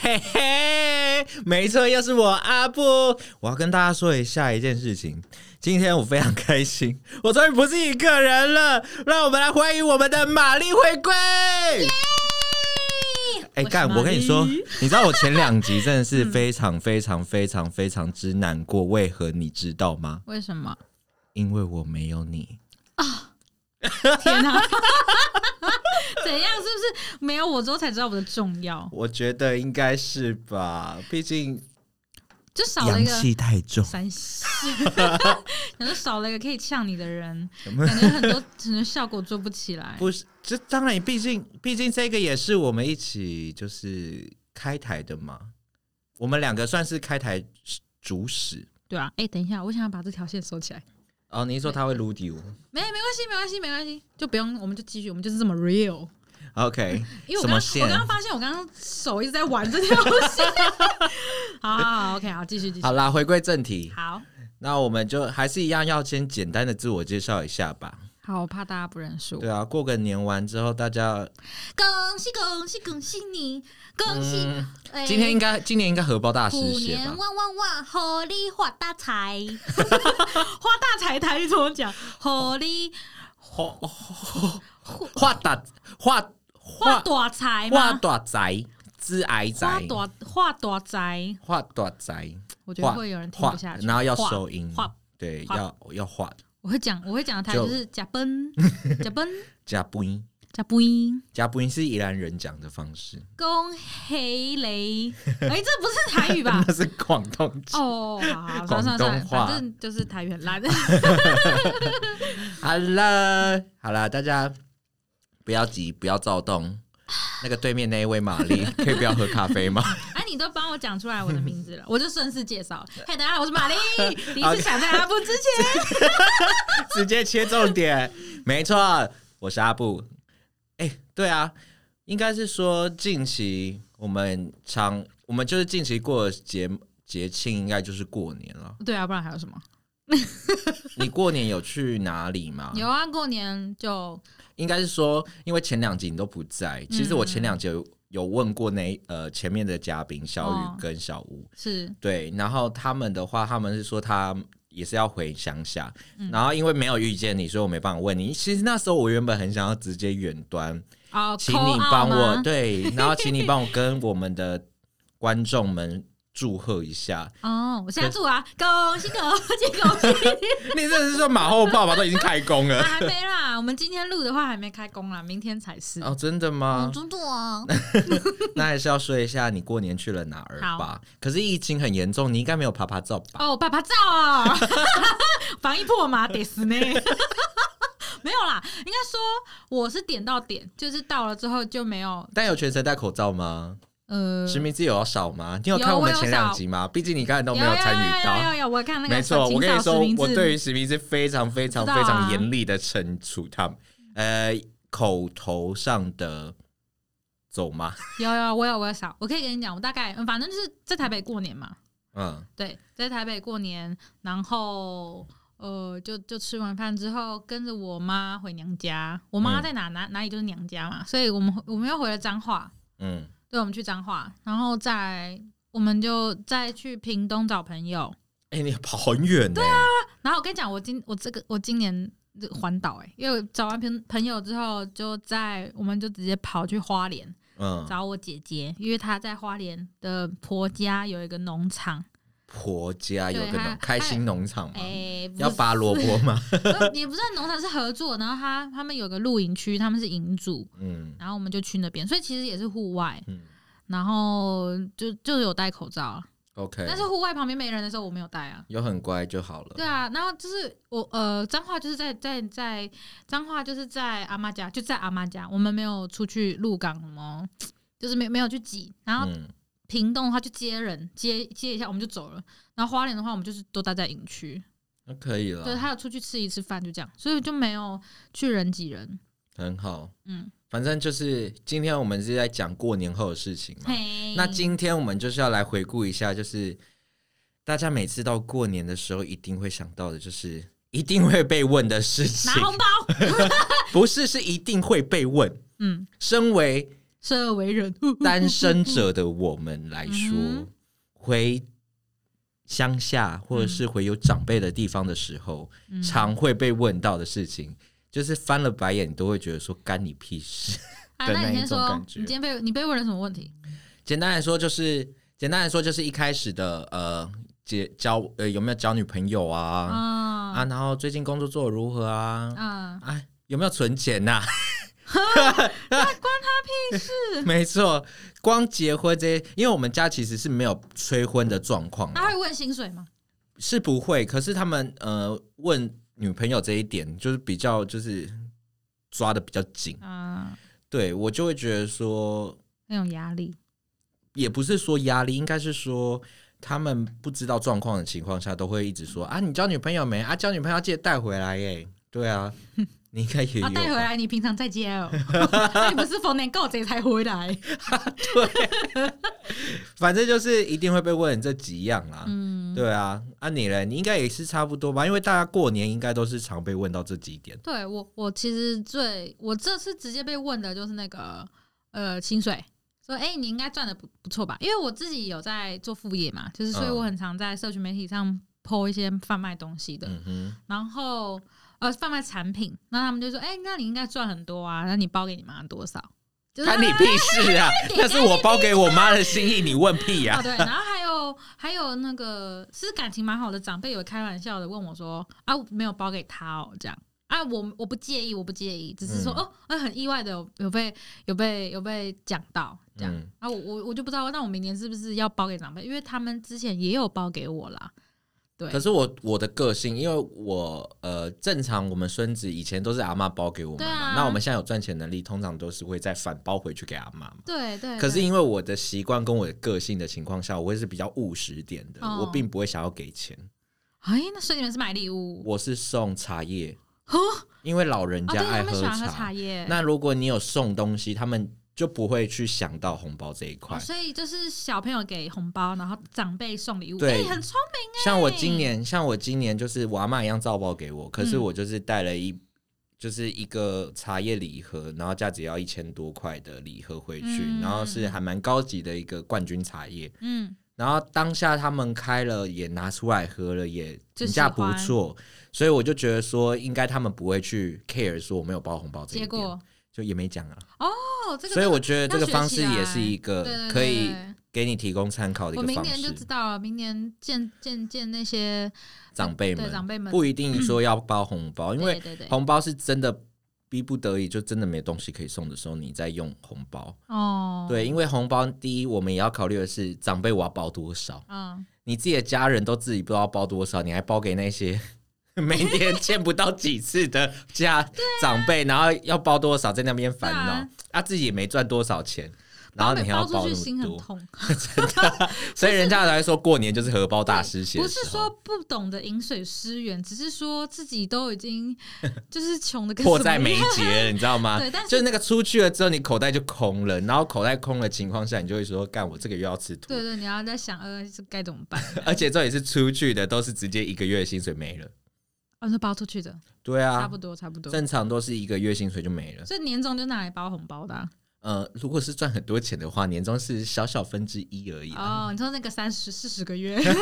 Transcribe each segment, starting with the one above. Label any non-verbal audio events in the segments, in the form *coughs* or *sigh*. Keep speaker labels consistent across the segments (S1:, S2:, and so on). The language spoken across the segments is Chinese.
S1: 嘿嘿，没错，又是我阿布。我要跟大家说一下一件事情，今天我非常开心，我终于不是一个人了。让我们来欢迎我们的玛丽回归。哎，干！我跟你说，你知道我前两集真的是非常非常非常非常之难过，为何你知道吗？
S2: 为什么？
S1: 因为我没有你。
S2: 天哪、 *laughs* 怎样？是不是没有我之后才知道我的重要？
S1: 我觉得应该是吧，毕竟
S2: 就少了
S1: 阳
S2: 一个
S1: 气太重。
S2: 三十， *laughs* 然后少了一个可以呛你的人，感觉很多可能效果做不起来。
S1: 不是，这当然，毕竟毕竟这个也是我们一起就是开台的嘛，我们两个算是开台主使。
S2: 对啊，哎、等一下，我想要把这条线收起来。
S1: 哦，你一说他会撸迪我
S2: 没，没关系，没关系，没关系，就不用，我们就继续，我们就是这么 real。
S1: ？OK，
S2: 因为
S1: 什
S2: 我
S1: 么
S2: 刚刚我
S1: 线
S2: 刚？刚发现，我刚刚手一直在玩这条
S1: *laughs*
S2: 线。好好好，OK，好，继续继续
S1: 好。啦，回归正题，
S2: 好
S1: 那我们就还是一样要先简单的自我介绍一下吧。
S2: 好，我怕大家不认识我。
S1: 对啊，过个年完之后，大家
S2: 恭喜恭喜恭喜你，恭喜！
S1: 嗯，
S2: 哎
S1: 今天应该今年应该荷包大失
S3: 虎
S1: 血吧
S3: 年？旺旺旺，猴利发大
S2: *laughs*
S3: 财！
S2: 花大财，台语怎么讲？火力
S1: 画画大画
S2: 花
S1: 画
S2: 大财
S1: 画
S2: 吗？
S1: 大宅，之癌
S2: 花
S1: 宅，
S2: 大花大财，
S1: 画大宅。
S2: 我觉得会有人听不下
S1: 画
S2: 去。
S1: 然后要
S2: 画
S1: 收音，
S2: 画
S1: 对，
S2: 画
S1: 要要画
S2: 我会讲，我会讲的台语
S1: 就
S2: 就是假 *laughs* 奔假奔
S1: 加播音，
S2: 假不音。
S1: 加播音是宜兰人讲的方式，
S2: 恭喜雷！哎，这不是台语 *laughs* 吧？
S1: *laughs* 那是广东腔。
S2: 哦，好好，算了算了算
S1: 广
S2: 了，
S1: 东话
S2: 反正就是台语很烂。
S1: 好了好了，大家不要急，不要躁动。那个对面那一位玛
S2: *laughs*
S1: 丽，可以不要喝咖啡吗？
S2: 哎，你都帮我讲出来我的名字了，我就顺势介 *laughs* 绍了。嘿，大家好，我是玛丽。第一次想在阿布之前，
S1: 直接切重点，没错，我是阿布。哎、对啊，应该是说近期我们常，我们就是近期过的节节庆，应该就是过年了。
S2: *laughs* 对啊，不然还有什么？
S1: 你过年有去哪里吗？
S2: 有啊，过年就
S1: 应该是说，因为前两集你都不在，其实我
S2: 嗯
S1: 前两集有有问过那呃前面的嘉宾小
S2: 哦
S1: 雨跟小吴，
S2: 是
S1: 对，然后他们的话，他们是说他也是要回乡下，
S2: 嗯
S1: 然后因为没有遇见你，所以我没办法问你。其实那时候我原本很想要直接远端，
S2: 哦，
S1: 请
S2: call
S1: 你
S2: out
S1: 帮我
S2: 吗
S1: 对，然后请你
S2: *laughs*
S1: 帮我跟我们的观众们祝贺一下。
S2: 哦，我下注啊，恭喜恭喜恭喜！
S1: 你这是说马后炮吧？都已经开工
S2: 啊 *laughs*
S1: 了。
S2: 还没啦，我们今天录的话还没开工啦，明天才是。
S1: 哦，真的吗？
S3: 嗯，祖祖啊，
S1: 那还是要说一下你过年去了哪儿吧。可是疫情很严重，你应该没有爬爬照吧？
S2: 哦，爸爸照啊，防疫破马得死呢。没有啦，应该说我是点到点，就是到了之后就没有
S1: 但有全程戴口罩吗？
S2: 呃，
S1: 实名制有要少吗？你有
S2: 有
S1: 看我们
S2: 我有
S1: 前两
S2: 少
S1: 集吗？毕竟你刚才都
S2: 有
S1: 没参与
S2: 有有有
S1: 到。
S2: 有，我看那个
S1: 没错，
S2: 小
S1: 我跟你
S2: 青
S1: 说
S2: 少实，名
S1: 我
S2: 制
S1: 对于实名制非常非常
S2: 知道
S1: 非
S2: 啊
S1: 常严厉的惩处他们，呃，口头上的走吗？
S2: 有有我有我有少，我可以跟你讲，我大概嗯反正就是在台北过年嘛，
S1: 嗯，
S2: 对，在台北过年，然后呃，就就吃完饭之后，跟着我妈回娘家。我妈
S1: 嗯
S2: 在哪、哪哪里就是娘家嘛，所以我们回我们又回了彰化，
S1: 嗯，
S2: 对，我们去彰化，然后再我们就再去屏东找朋友。
S1: 哎、你跑很远呢、
S2: 啊然后我跟你讲，我今我这个我今年这个环岛哎，因为我找完朋朋友之后，就在我们就直接跑去花莲
S1: 嗯，
S2: 找我姐姐，因为她在花莲的婆家有一个农场，
S1: 婆家有
S2: 对
S1: 个
S2: 他
S1: 农开心农场吗？
S2: 哎、
S1: 嗯要拔萝卜吗？
S2: *laughs* 呃也不是农场是合作，然后他他们有个露营区，他们是营主，
S1: 嗯
S2: 然后我们就去那边，所以其实也是户外， *laughs*
S1: 嗯
S2: 然后就就有戴口罩，
S1: ，OK，
S2: 但是户外旁边没人的时候我没有戴啊。
S1: 有很乖就好了
S2: 对。啊，然后就是我呃，彰化就是在在在彰化就是在阿妈家，就在阿妈家，我们没有出去鹿港哦，就是没没有去挤。然后
S1: 嗯，
S2: 屏东的话就接人接接一下我们就走了，然后花莲的话我们就是都待在营区，
S1: 那可以
S2: 对，
S1: 了，
S2: 他有出去吃一次饭就这样，所以就没有去人挤人，
S1: 很好。
S2: 嗯。
S1: 反正就是今天我们是在讲过年后的事情嘛。
S2: 嘿，
S1: 那今天我们就是要来回顾一下，就是大家每次到过年的时候一定会想到的，就是一定会被问的事情
S2: 拿，红包，
S1: 不是是一定会被问。
S2: 嗯，
S1: 身为
S2: 生而为人， *laughs*
S1: *laughs* 单身者的我们来说，
S2: 嗯
S1: 回乡下或者是回有长辈的地方的时候，
S2: 嗯
S1: 常会被问到的事情，就是翻了白眼，你都会觉得说干你屁事。 *laughs*
S2: 啊，
S1: 的
S2: 那
S1: 那
S2: 你
S1: 一
S2: 先
S1: 种
S2: 说，
S1: 感
S2: 你
S1: 觉
S2: 今天被你被问了什么问题？
S1: 简单来说，就是简单来说，就是一开始的呃，结交呃有没有交女朋友啊啊，
S2: 啊
S1: 然后最近工作做得如何啊？
S2: 啊，
S1: 哎、有没有存钱 *laughs* 呐、那关他屁事！ *laughs* 没错，光结婚这些，因为我们家其实是没有催婚的状况啦
S2: 他会问薪水吗？
S1: 是不会。可是他们呃问女朋友这一点，就是比较就是抓的比较紧，
S2: 啊，
S1: 对我就会觉得说，
S2: 那种压力，
S1: 也不是说压力，应该是说。他们不知道状况的情况下，都会一直说啊，你交女朋友没？啊，交女朋友要记得带回来耶。对啊，你应该也有
S2: 啊，带回
S1: 吧
S2: 来你平常在家
S1: *laughs*
S2: 哦， *laughs* 那你不是逢年过节才回来？
S1: 反正就是一定会被问这几样啦。
S2: 嗯，
S1: 对 *laughs* 啊，啊你嘞，你应该也是差不多吧？因为大家过年应该都是常被问到这几点。
S2: 对我我其实最我这次直接被问的就是那个呃薪水。说哎、你应该赚的不不错吧？因为我自己有在做副业嘛，就是所以
S1: 嗯
S2: 我很常在社群媒体上 PO 一些贩卖东西的。
S1: 嗯哼，
S2: 然后呃贩卖产品，那他们就说：“哎、那你应该赚很多啊，那你包给你妈多少？”就是
S1: 关
S2: 他
S1: 你屁事 *laughs* 啊！那是我包给我妈的心意，你问屁啊呀、
S2: 哦对，然后还有还有那个是感情蛮好的长辈有开玩笑的问我说：“啊，没有包给他哦，这样。”啊，我我不介意，我不介意，只是说、
S1: 嗯
S2: 哦，那很意外的有有被有被有被讲到这样、
S1: 嗯
S2: 啊，我我我就不知道，那我明年是不是要包给长辈？因为他们之前也有包给我啦，对
S1: 可，是我我的个性，因为我呃，正常我们孙子以前都是阿妈包给我们
S2: 对
S1: 嘛，
S2: 啊
S1: 那我们现在有赚钱能力，通常都是会再反包回去给阿妈嘛。
S2: 对对。
S1: 可是
S2: 对
S1: 因为我的习惯跟我的个性的情况下，我会是比较务实点的，
S2: 哦
S1: 我并不会想要给钱，
S2: 哎，那所以你们是买礼物
S1: 我是送茶叶，
S2: 哦？
S1: 因为老人
S2: 哦，
S1: 家
S2: 对，
S1: 爱
S2: 他们喜欢喝茶叶，
S1: 那如果你有送东西，他们就不会去想到红包这一块。
S2: 哦所以就是小朋友给红包，然后长辈送礼物，
S1: 对
S2: 哎很聪明
S1: 像我今年，像我今年就是我阿妈一样照包给我，可是
S2: 嗯
S1: 我就是带了一。就是一个茶叶礼盒，然后价值要一千多块的礼盒回去，
S2: 嗯
S1: 然后是还蛮高级的一个冠军茶叶。
S2: 嗯，
S1: 然后当下他们开了，也拿出来喝了，也
S2: 就
S1: 评价
S2: 喜欢
S1: 不错，所以我就觉得说，应该他们不会去 care 说我没有包红包这一
S2: 结
S1: 点，
S2: 果
S1: 就也没讲啊。
S2: 哦，这个
S1: 所以
S2: 这个
S1: 我觉得这个
S2: 要学
S1: 方
S2: 起
S1: 式也
S2: 来
S1: 是一
S2: 对对
S1: 个
S2: 对
S1: 可以
S2: 对
S1: 给你提供参考的一
S2: 我
S1: 个
S2: 明
S1: 方
S2: 年就
S1: 式
S2: 知。道了，明年见见见那些
S1: 长辈
S2: 对
S1: 们，
S2: 长辈们
S1: 不一定说要包红包，因为
S2: 对对对
S1: 红包是真的逼不得已，就真的没东西可以送的时候，你再用红包。
S2: 哦，，
S1: 对，因为红包第一，我们也要考虑的是长辈我要包多少，
S2: 嗯，
S1: 你自己的家人都自己不知道包多少，你还包给那些。 *laughs* 每天见不到几次的家长辈，然后要包多少在那边烦
S2: 对
S1: 恼
S2: 啊，
S1: 他、自己也没赚多少钱，然后你还要包
S2: 包出去
S1: 那
S2: 心
S1: 么
S2: 很
S1: 多， *laughs*
S2: 痛，
S1: 所以人家才会说过年就是荷包大失血
S2: 不
S1: 的
S2: 是
S1: 时 *laughs*
S2: 说
S1: 候。
S2: 不懂得饮水思源，只是说自己都
S1: *laughs*
S2: 已经就是穷的跟
S1: 迫
S2: 什
S1: 在
S2: 么
S1: 眉
S2: 样
S1: 睫了，你知道吗？
S2: *laughs* 对但是
S1: 就是那个出去了之后，你口袋就空了，然后口袋空的情况下，你就会说：“干，我这个月要吃土。
S2: 对对，你要在想呃这该怎么办？
S1: 而且这也是出去的，都是直接一个月的薪水没了。
S2: 哦，是包出去的，
S1: 对
S2: 差
S1: 啊
S2: 不，多差不多。
S1: 正常都是一个月薪水就没了。
S2: 所以年终就拿来包红包的啊、
S1: 呃，如果是赚很多钱的话，年终是小小分之一而已啊。
S2: 哦，你说那个三十四十个月，
S1: *laughs*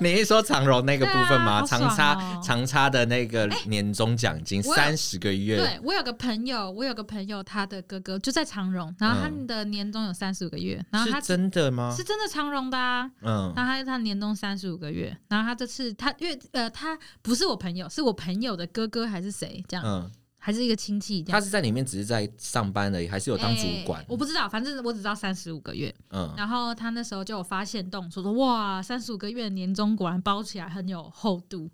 S1: 你是说长荣那个部分吗？
S2: 对啊好
S1: 长
S2: 爽
S1: 差
S2: 哦哎
S1: 长差的那个年终奖金
S2: 我有
S1: 三十个月，
S2: 对我有个朋友，我有个朋友，他的哥哥就在长荣，然后他
S1: 嗯
S2: 们的年终有三十五个月，然后他
S1: 是真的吗
S2: 是？真的长荣的、啊，
S1: 嗯
S2: 然后他他年终三十五个月，然后他这次他因为呃他不是我朋友，是我朋友的哥哥还是谁这样，
S1: 嗯，
S2: 还是一个亲戚这
S1: 他
S2: 样。
S1: 是在里面只是在上班而已，还是有当主
S2: 哎
S1: 管？
S2: 我不知道，反正我只知道三十五个月。
S1: 嗯，
S2: 然后他那时候就有发现动，说说哇，三十五个月的年终果然包起来很有厚度，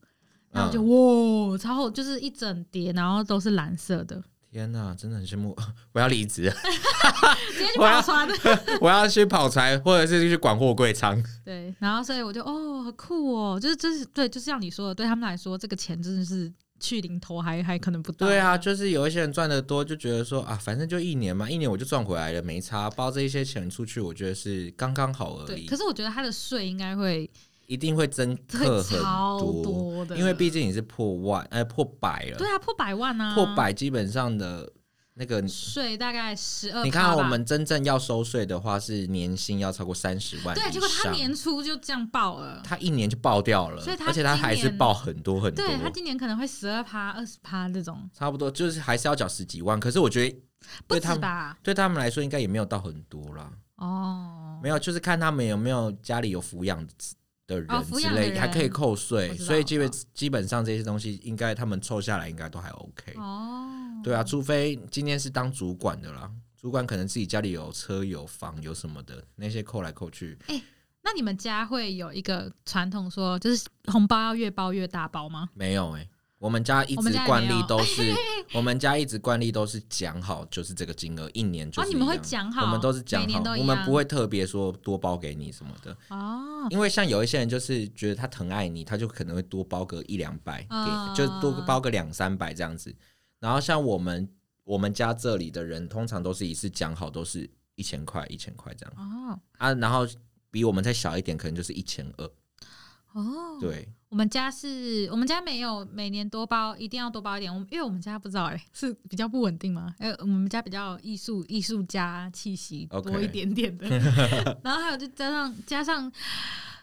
S1: 嗯
S2: 然后就、哇，超厚，就是一整叠，然后都是蓝色
S1: *laughs*
S2: 的，
S1: 天呐，真的很羡慕！ *laughs* 我要离职，
S2: 直接就
S1: 我要
S2: 爆穿。
S1: 我要去跑船，或者是去管货柜仓。
S2: 对，然后所以我就哦，好酷哦，就是就是对，就是像你说的，对他们来说，这个钱真的是去零头还还可能不到。
S1: 对，啊，就是有一些人赚的多，就觉得说啊，反正就一年嘛，一年我就赚回来了，没差。包这一些钱出去，我觉得是刚刚好而
S2: 对。
S1: 已
S2: 可。是我觉得他的税应该会
S1: 一定会增客
S2: 会
S1: 很
S2: 超
S1: 多，
S2: 的，
S1: 呃因为毕竟你是破万，哎、破百了，
S2: 对啊，破百万啊，
S1: 破百基本上的。那个，
S2: 税大概十二。
S1: 你看我们真正要收税的话，是年薪要超过三十万以上。
S2: 对，结果他年初就这样爆了。
S1: 他一年就爆掉了，
S2: 所以他
S1: 而且他还
S2: 今
S1: 是
S2: 年
S1: 爆很多很多，
S2: 对他今年可能会十二趴、二十趴这种，
S1: 差不多就是还是要缴十几万。可是我觉得
S2: 不
S1: 对他
S2: 止
S1: 们
S2: 吧？
S1: 对他们来说应该也没有到很多啦，
S2: 哦，
S1: 没有，就是看他们有没有家里有抚养的
S2: 哦
S1: 人
S2: 抚
S1: 之
S2: 养的
S1: 类，还可以扣税
S2: 我，知道
S1: 所以基
S2: 我
S1: 本
S2: 知
S1: 基本上这些东西应该他们凑下来应该都还 OK。
S2: 哦，
S1: 对啊，除非今天是当主管的啦，主管可能自己家里有车有房有什么的，那些扣来扣去，
S2: 那你们家会有一个传统说，就是红包要越包越大包吗？
S1: 没有哎、我们家一
S2: 我们
S1: 直
S2: 家也
S1: 惯
S2: 没
S1: 例
S2: 有
S1: 都是， *laughs* 我们家一直惯例都是讲好，就是这个金额，一年就是
S2: 哦
S1: 一样、
S2: 你们会讲好
S1: 我们都是讲
S2: 每
S1: 好
S2: 年都，一
S1: 我
S2: 样
S1: 们不会特别说多包给你什么的，
S2: 哦，
S1: 因为像有一些人就是觉得他疼爱你，他就可能会多包个一两百给
S2: 啊
S1: 你，就多包个两三百这样子。然后像我们我们家这里的人，通常都是一次讲好都是一千块一千块这样
S2: 哦，
S1: 啊，然后比我们再小一点，可能就是一千二，
S2: 哦，，
S1: 对。
S2: 我们家是我们家没有每年多包，一定要多包一点。我们因为我们家不知道哎、是比较不稳定嘛，呃，我们家比较艺术艺术家气息
S1: OK
S2: 多一点点
S1: *laughs*
S2: 的然后还有就加上加上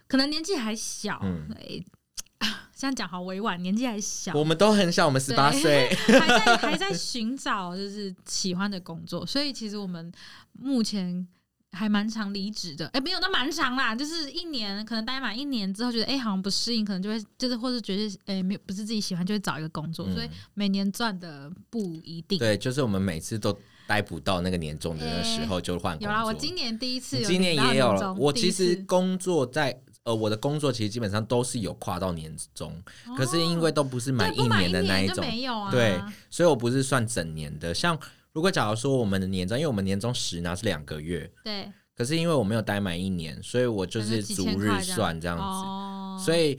S2: 可能年纪还小，
S1: 嗯
S2: 哎， *laughs* 这样讲好委婉，年纪还小，
S1: 我们都很小，我们十八
S2: 对
S1: 岁， *laughs*
S2: 还在还在寻找就是喜欢的工作，所以其实我们目前还蛮常离职的。哎、没有，那蛮长啦，就是一年可能待满一年之后，觉得哎、好像不适应，可能就会就是或是觉得哎、没有不是自己喜欢，就会找一个工作。
S1: 嗯
S2: 所以每年赚的不一定。
S1: 对，就是我们每次都待不到那个年终的那个时候就换工
S2: 哎有
S1: 作。
S2: 啦，我今年第一次
S1: 你
S2: 有
S1: 今年
S2: 领到
S1: 也有
S2: 年
S1: 了。
S2: 终
S1: 我
S2: 第
S1: 其
S2: 一
S1: 实
S2: 次
S1: 工作在呃，我的工作其实基本上都是有跨到年终，可是因为都不是
S2: 哦
S1: 满
S2: 对不满
S1: 年的那一
S2: 一哦就
S1: 种，
S2: 没有啊，
S1: 对，所以我不是算整年的。像如果假如说我们的年终，因为我们年终实拿是两个月，
S2: 对，
S1: 可是因为我没有待满一年，所以我就
S2: 可能
S1: 是
S2: 几
S1: 逐
S2: 千
S1: 日
S2: 块
S1: 算这样子。
S2: 哦、
S1: 所以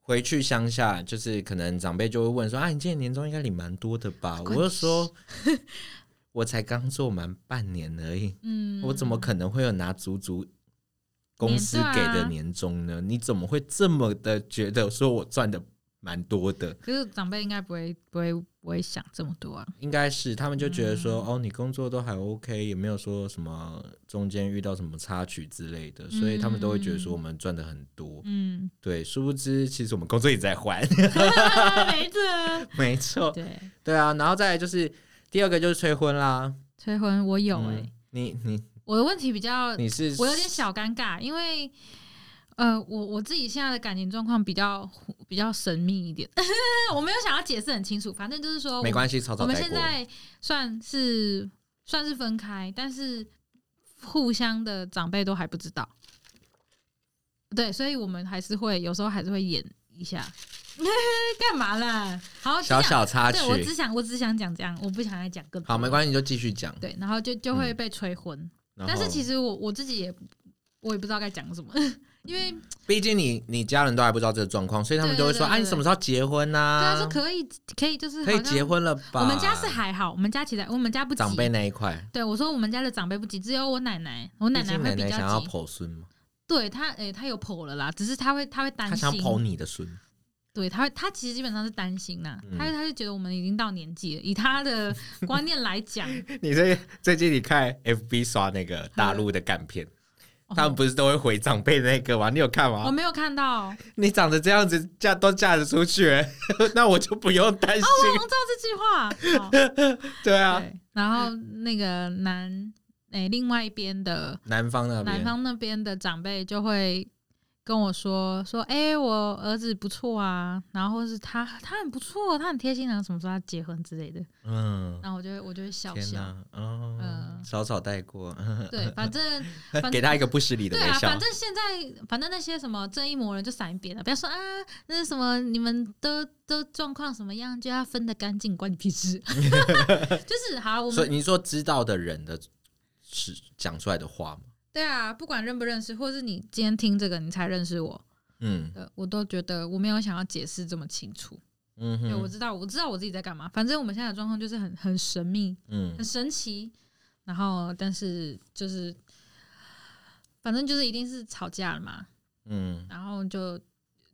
S1: 回去乡下，就是可能长辈就会问说：“啊，你今年年终应该领蛮多的吧？”我
S2: 关
S1: 就
S2: 你
S1: 说：“我才刚做满半年而已，
S2: 嗯，
S1: 我怎么可能会有拿足足公司
S2: 年
S1: 给
S2: 对啊
S1: 的年终呢？你怎么会这么的觉得说我赚的蛮多的？
S2: 可是长辈应该不会不会不会想这么多啊。
S1: 应该是他们就觉得说，
S2: 嗯
S1: 哦，你工作都还 OK，也没有说什么中间遇到什么插曲之类的，所以他们都会觉得说我们赚的很多。
S2: 嗯，
S1: 对，殊不知其实我们工作也在还，
S2: 没错。
S1: *laughs* 没错，
S2: *laughs* 对，
S1: 对啊。然后再来就是第二个就是催婚啦，
S2: 催婚我有哎、
S1: 嗯你你
S2: 我的问题比较，
S1: 你是
S2: 我有点小尴尬，因为呃，我我自己现在的感情状况比较比较神秘一点， *laughs* 我没有想要解释很清楚，反正就是说我
S1: 没关系，草
S2: 我
S1: 草
S2: 们
S1: 带
S2: 现
S1: 过。
S2: 在算是算是分开，但是互相的长辈都还不知道。对，所以我们还是会有时候还是会演一下， *laughs* 干嘛啦？好，就这
S1: 小
S2: 样
S1: 小插曲
S2: 对，我只想我只想讲这样，我不想再讲更多。
S1: 好，没关系，你嗯就继续讲。
S2: 对，然后就就会被催婚，
S1: 然
S2: 但是
S1: 后
S2: 其实我我自己也我也不知道该讲什么， *laughs* 因为
S1: 毕竟你你家人都还不知道这个状况，所以他们就会说：“
S2: 对对对
S1: 啊，你
S2: 对
S1: 什么时候结婚呐、
S2: 对啊，说
S1: 啊？
S2: 可以可以就是
S1: 可以
S2: 好像
S1: 结。婚了吧？”
S2: 我们家是还好，我们家其实我们家不急
S1: 长辈那一块，
S2: 对，我说我们家的长辈不急，只有我奶奶，我奶
S1: 毕竟
S2: 会
S1: 奶
S2: 比较
S1: 奶
S2: 急。
S1: 想要剖孙嘛，
S2: 对她，诶、她有剖了啦，只是她会，她会担
S1: 她
S2: 心。
S1: 想要剖你的孙，
S2: 对，她会，她其实基本上是担心呐、
S1: 嗯
S2: 她她就觉得我们已经到年纪了，以她的观念来
S1: *laughs*
S2: 讲，
S1: 你最最近你看 FB 刷那个大陆的干片，他们
S2: 哦
S1: 不是都会回长辈那个吗？你有看
S2: 我
S1: 吗？
S2: 没有
S1: *laughs*
S2: 看到，哦，
S1: 你长得这样子嫁都嫁得出去，欸 *laughs* 那我就不用担心。
S2: 我知道这句话。哦、
S1: 对啊，
S2: 对，然后那个男，诶、另外一边的
S1: 南方那边
S2: 南方那边的长辈就会跟我说说，哎、我儿子不错啊，然后或是他他很不错，他很贴心啊，什么时候要结婚之类的，
S1: 嗯，
S2: 然后我就会我就会笑
S1: 天
S2: 笑。
S1: 哪，嗯，
S2: 嗯
S1: 草草带过， *laughs*
S2: 对，反正反
S1: 给
S2: 正。
S1: 他一个不失礼的
S2: 对
S1: 微
S2: 啊，
S1: 笑
S2: 反。正现在，反正那些什么正义魔人就闪一边了，不要说啊，那什么你们都都状况什么样，就要分得干净，关你屁事。 *laughs* 就是好，我
S1: 所以
S2: 们
S1: 你说知道的人的是讲出来的话吗？
S2: 对啊，不管认不认识，或是你今天听这个你才认识我，
S1: 嗯
S2: 呃，我都觉得我没有想要解释这么清楚。
S1: 嗯
S2: 对，我
S1: 哼，
S2: 知道，我知道我自己在干嘛。反正我们现在的状况就是很很神秘，
S1: 嗯
S2: 很，神奇。然后，但是就是，反正就是一定是吵架了嘛。
S1: 嗯，
S2: 然后就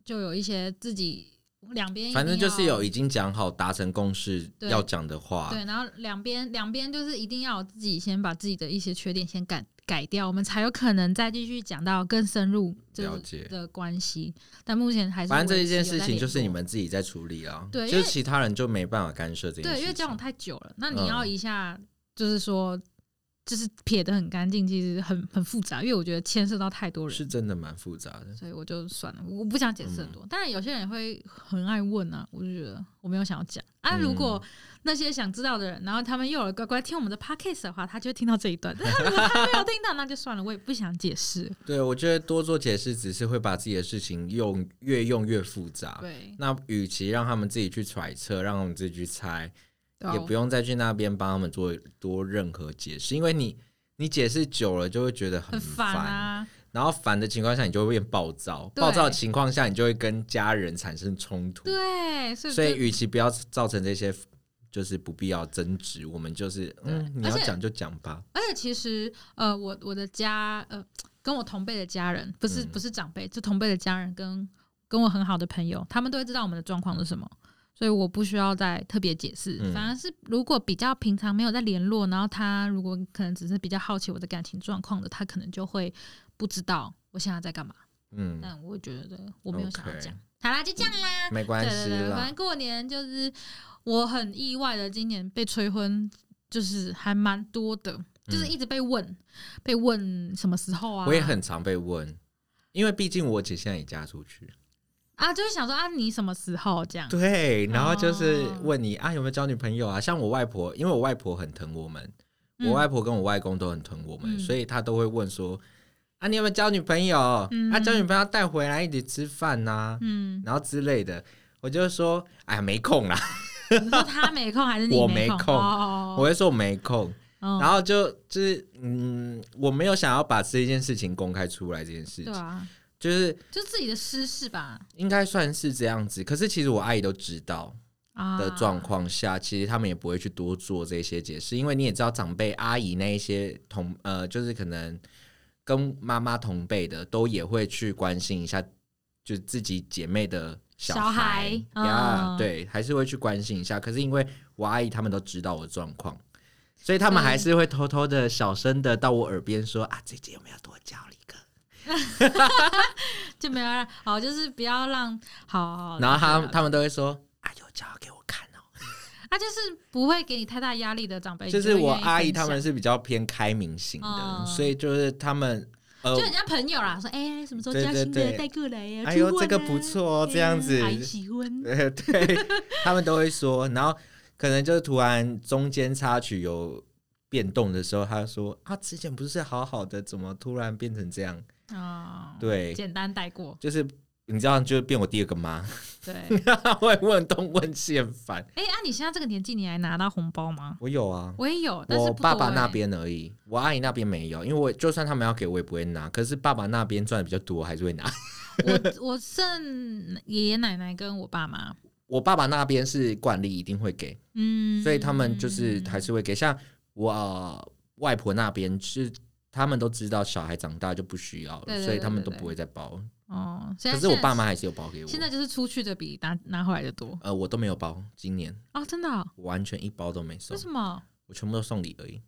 S2: 就有一些自己，两边一定
S1: 反正就是有
S2: 要
S1: 已经讲好达成共识
S2: 对
S1: 要讲的话，
S2: 对，然后两边两边就是一定要有自己先把自己的一些缺点先改改掉，我们才有可能再继续讲到更深入这
S1: 了解
S2: 的关系。但目前还是
S1: 反正这
S2: 维
S1: 一
S2: 持
S1: 件
S2: 有
S1: 事
S2: 在
S1: 情就
S2: 联
S1: 是你
S2: 络
S1: 们自己在处理啊，
S2: 对因
S1: 就
S2: 为
S1: 是其他人就没办法干涉这件事情。
S2: 对，因为交往太久了，那你
S1: 嗯
S2: 要一下就是说。就是撇得很干净，其实很很复杂，因为我觉得牵涉到太多人，
S1: 是真的蛮复杂的。
S2: 所以我就算了，我不想解释很
S1: 嗯
S2: 多。当然，有些人也会很爱问啊，我就觉得我没有想要讲啊。
S1: 嗯
S2: 如果那些想知道的人，然后他们又有乖乖听我们的 podcast 的话，他就会听到这一段。但 *laughs* 他如果他没有听到，那就算了，我也不想解释。
S1: 对，我觉得多做解释只是会把自己的事情用越用越复杂。
S2: 对，
S1: 那与其让他们自己去揣测，让他们自己去猜，
S2: 对啊
S1: 也不用再去那边帮他们做多任何解释，因为你你解释久了就会觉得
S2: 很
S1: 烦
S2: 烦啊。
S1: 然后烦的情况下你就会变暴躁，
S2: 对
S1: 暴躁的情况下你就会跟家人产生冲突。
S2: 对，所以
S1: 所以，
S2: 就
S1: 与其不要造成这些就是不必要争执，我们就是嗯，你要
S2: 而且
S1: 讲就讲吧。
S2: 而且其实呃，我我的家呃，跟我同辈的家人，不是
S1: 嗯
S2: 不是长辈，就同辈的家人跟跟我很好的朋友，他们都会知道我们的状况是什么，所以我不需要再特别解释。
S1: 嗯
S2: 反而是如果比较平常没有在联络，然后他如果可能只是比较好奇我的感情状况的，他可能就会不知道我现在在干嘛。
S1: 嗯，
S2: 但我觉得我没有想要
S1: OK
S2: 讲。好啦，就这样啦。
S1: 没关
S2: 对
S1: 系
S2: 对对，反
S1: 啦
S2: 正。过年就是我很意外的，今年被催婚就是还蛮多的，
S1: 嗯
S2: 就是一直被问，被问什么时候啊？
S1: 我也很常被问，因为毕竟我姐现在也嫁出去，
S2: 啊，就是想说啊，你什么时候这样？
S1: 对，然后就是
S2: 哦
S1: 问你啊有没有交女朋友啊？像我外婆，因为我外婆很疼我们，
S2: 嗯
S1: 我外婆跟我外公都很疼我们，
S2: 嗯
S1: 所以她都会问说啊你有没有交女朋友？
S2: 嗯
S1: 啊交女朋友要带回来一起吃饭呐、
S2: 嗯，
S1: 然后之类的。我就说，哎呀，没空啦，
S2: 你说他没空还是你
S1: 我没
S2: 没空？
S1: 空
S2: 哦
S1: 我会说我没空，
S2: 哦
S1: 然后就就是嗯，我没有想要把这件事情公开出来，这件事
S2: 对
S1: 情、
S2: 啊，
S1: 就是
S2: 就自己的私事吧
S1: 应该算是这样子。可是其实我阿姨都知道
S2: 啊
S1: 的状况下，其实他们也不会去多做这些解释，因为你也知道长辈阿姨那一些同呃，就是可能跟妈妈同辈的，都也会去关心一下，就自己姐妹的。小
S2: 小孩
S1: 呀
S2: 嗯
S1: 对，还是会去关心一下。可是因为我阿姨他们都知道我的状况，所以他们
S2: 所以
S1: 还是会偷偷的、小声的到我耳边说：“啊，姐姐有没有多交了一个？”
S2: 就没有让好，就是不要让好好好
S1: 然后他
S2: 了解了解
S1: 他们都会说：“啊，有交给我看哦。
S2: 他啊就是不会给你太大压力的长辈，”
S1: 就
S2: 你
S1: 是
S2: 会
S1: 我
S2: 哎愿意
S1: 阿姨
S2: 分
S1: 他们
S2: 享
S1: 是比较偏开明型的，
S2: 嗯
S1: 所以就是他们呃
S2: 就，人家朋友啦，说哎、什么时候
S1: 对
S2: 加
S1: 对
S2: 薪的
S1: 对
S2: 带过来啊呀、
S1: 哎呦
S2: 出货
S1: 这个
S2: 啦
S1: 不错哦
S2: 哎
S1: 这样
S2: 呀
S1: 子
S2: 还喜欢，
S1: 呃 *laughs* 对他们都会说，然后可能就是突然中间插曲有变动的时候，他就说：“啊，之前不是好好的，怎么突然变成这样
S2: 哦，？”
S1: 对，
S2: 简单带过，
S1: 就是你知道，就是变我第二个妈， *laughs*
S2: 对。
S1: 会问东问西，很烦。
S2: 哎、啊，你现在这个年纪，你还拿到红包吗？
S1: 我有啊，
S2: 我也有，但是
S1: 我
S2: 不
S1: 爸
S2: 多
S1: 爸
S2: 欸
S1: 那边而已，我阿姨那边没有，因为我就算他们要给我也不会拿，可是爸爸那边赚的比较多，还是会拿。
S2: 我我剩爷爷奶奶跟我爸妈，
S1: 我爸爸那边是惯例一定会给，
S2: 嗯，
S1: 所以他们就是还是会给。像我、呃外婆那边是。他们都知道小孩长大就不需要了，
S2: 对对对
S1: 所以他们都
S2: 对对
S1: 不会再包。
S2: 哦，现
S1: 可
S2: 在
S1: 是我
S2: 现在
S1: 爸妈还是有包给我。
S2: 现在就是出去的比拿拿回来的多
S1: 呃，我都没有包，今年
S2: 哦，真的哦、
S1: 我完全一包都没送
S2: 为，什么？
S1: 我全部都送礼而已。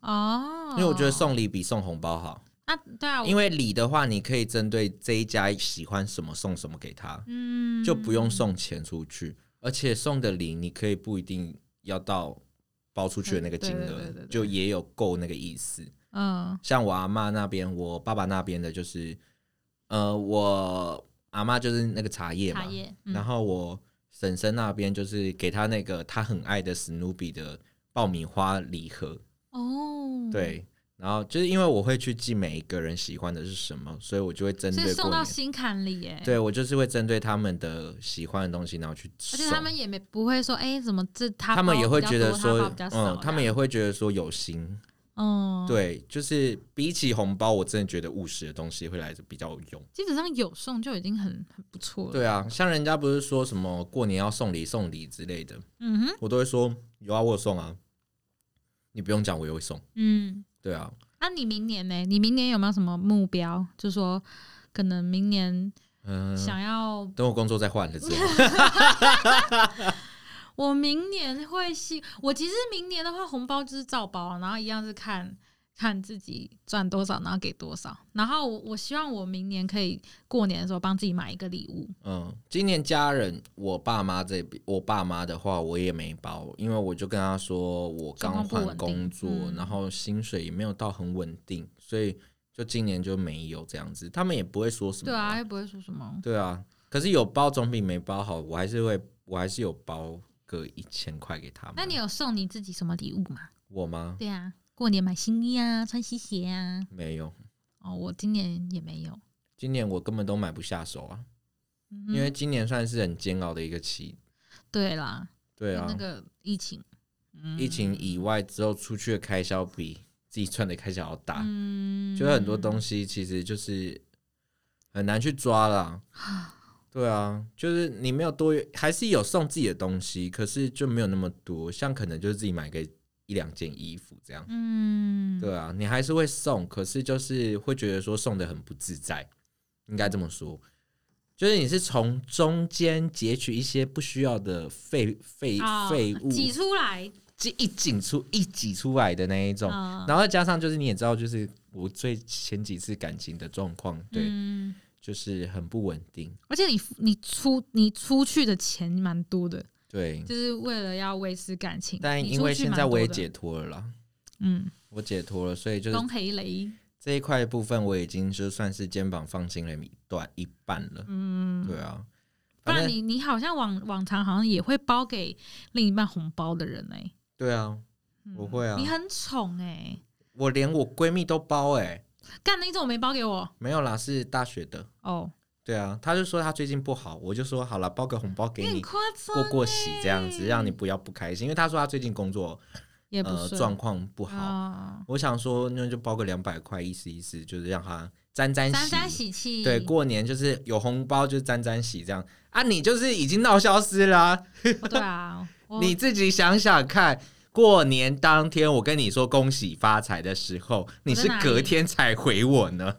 S2: 哦，
S1: 因为我觉得送礼比送红包好，
S2: 啊，对啊，
S1: 因
S2: 为
S1: 为礼的话，你可以针对这一家喜欢什么送什么给他。
S2: 嗯
S1: 就不用送钱出去，而且送的礼你可以不一定要到包出去的那个金
S2: 嗯对对对对
S1: 额
S2: 对，
S1: 就也有够那个意思。
S2: 嗯
S1: 像我阿妈那边，我爸爸那边的就是，呃，我阿妈就是那个茶叶嘛
S2: 茶，叶，嗯
S1: 然后我婶婶那边就是给他那个他很爱的史努比的爆米花礼盒，
S2: 哦，。
S1: 对。然后就是因为我会去记每一个人喜欢的是什么，所以我就会针
S2: 所以
S1: 对
S2: 送
S1: 过
S2: 到
S1: 年，
S2: 心坎里耶。
S1: 对我就是会针对他们的喜欢的东西，然后去
S2: 而
S1: 送。
S2: 且他们也没不会说，哎、怎么这他
S1: 他们
S2: 包
S1: 也会
S2: 比较
S1: 觉得
S2: 多他包
S1: 说
S2: 比较，少
S1: 嗯，他们
S2: 这样
S1: 也会觉得说有心，
S2: 嗯，，
S1: 对，就是比起红包，我真的觉得务实的东西会来的比较有用。
S2: 基本上有送就已经很很不错了。
S1: 对啊，像人家不是说什么过年要送礼送礼之类的，
S2: 嗯哼，
S1: 我都会说有啊，我有送啊，你不用讲，我也会送。
S2: 嗯，
S1: 对啊，
S2: 那、你明年呢？你明年有没有什么目标？就说可能明年
S1: 嗯，
S2: 想要
S1: 等我工作再换了之后，
S2: *laughs* 我明年会希，我其实明年的话，红包就是照包，然后一样是看看自己赚多少，然后给多少。然后我我希望我明年可以过年的时候帮自己买一个礼物。
S1: 嗯，今年家人，我爸妈这边，我爸妈的话我也没包，因为我就跟他说我刚
S2: 状况不
S1: 换
S2: 稳定
S1: 工作，
S2: 嗯
S1: 然后薪水也没有到很稳定，所以就今年就没有这样子，他们也不会说什么，
S2: 对啊，，又不会说什么。
S1: 对啊，可是有包总比没包好，我还是会，我还是有包个一千块给他们。
S2: 那你有送你自己什么礼物吗？
S1: 我吗？
S2: 对啊，过年买新衣啊，穿新鞋啊。
S1: 没有，
S2: 哦，我今年也没有，
S1: 今年我根本都买不下手啊，
S2: 嗯
S1: 因为今年算是很煎熬的一个期，
S2: 对啦，
S1: 对啊，
S2: 那个疫情，嗯
S1: 疫情以外之后出去的开销比自己赚的开销要大，
S2: 嗯
S1: 就是很多东西其实就是很难去抓啦。
S2: *sighs*
S1: 对啊，就是你没有多，还是有送自己的东西，可是就没有那么多，像可能就是自己买个一两件衣服这样。
S2: 嗯，
S1: 对啊，你还是会送，可是就是会觉得说送的很不自在，应该这么说。就是你是从中间截取一些不需要的废废
S2: 啊
S1: 废物，
S2: 挤出来，
S1: 挤一挤出一挤出来的那一种，
S2: 嗯
S1: 然后再加上就是你也知道，就是我最前几次感情的状况，对，
S2: 嗯
S1: 就是很不稳定，
S2: 而且你你出你出去的钱蛮多的，
S1: 对。
S2: 就是为了要维持感情。
S1: 但
S2: 你
S1: 因
S2: 出
S1: 为
S2: 去
S1: 现
S2: 蛮
S1: 在我
S2: 多
S1: 也
S2: 的，
S1: 解脱了啦，
S2: 嗯，
S1: 我解脱了，所以就是
S2: 恭喜雷，
S1: 这一块部分我已经就算是肩膀放轻了一段一半了，
S2: 嗯，
S1: 对啊。
S2: 不
S1: 反
S2: 然
S1: 正。
S2: 你你好像往往常好像也会包给另一半红包的人哎、
S1: 对啊，
S2: 嗯
S1: 我会啊
S2: 你很宠哎、
S1: 我连我闺蜜都包哎、
S2: 干那一种没包给我
S1: 没有啦，是大学的。
S2: 哦，
S1: 对啊，她就说她最近不好，我就说好了，包个红包给
S2: 很
S1: 你
S2: 夸张
S1: 过
S2: 欸，
S1: 过喜，这样子让你不要不开心，因为她说她最近工作
S2: 也不
S1: 呃
S2: 顺
S1: 状况不好，
S2: 哦
S1: 我想说那就包个两百块，意思意思，就是让她沾沾喜。
S2: 沾沾喜气，
S1: 对，过年就是有红包就沾沾喜这样啊，你就是已经闹消失啦、
S2: 哦对
S1: *laughs*
S2: 啊，我
S1: 你自己想想看，过年当天我跟你说恭喜发财的时候，你是
S2: 在哪里
S1: 隔天才回我
S2: *laughs*
S1: 呢，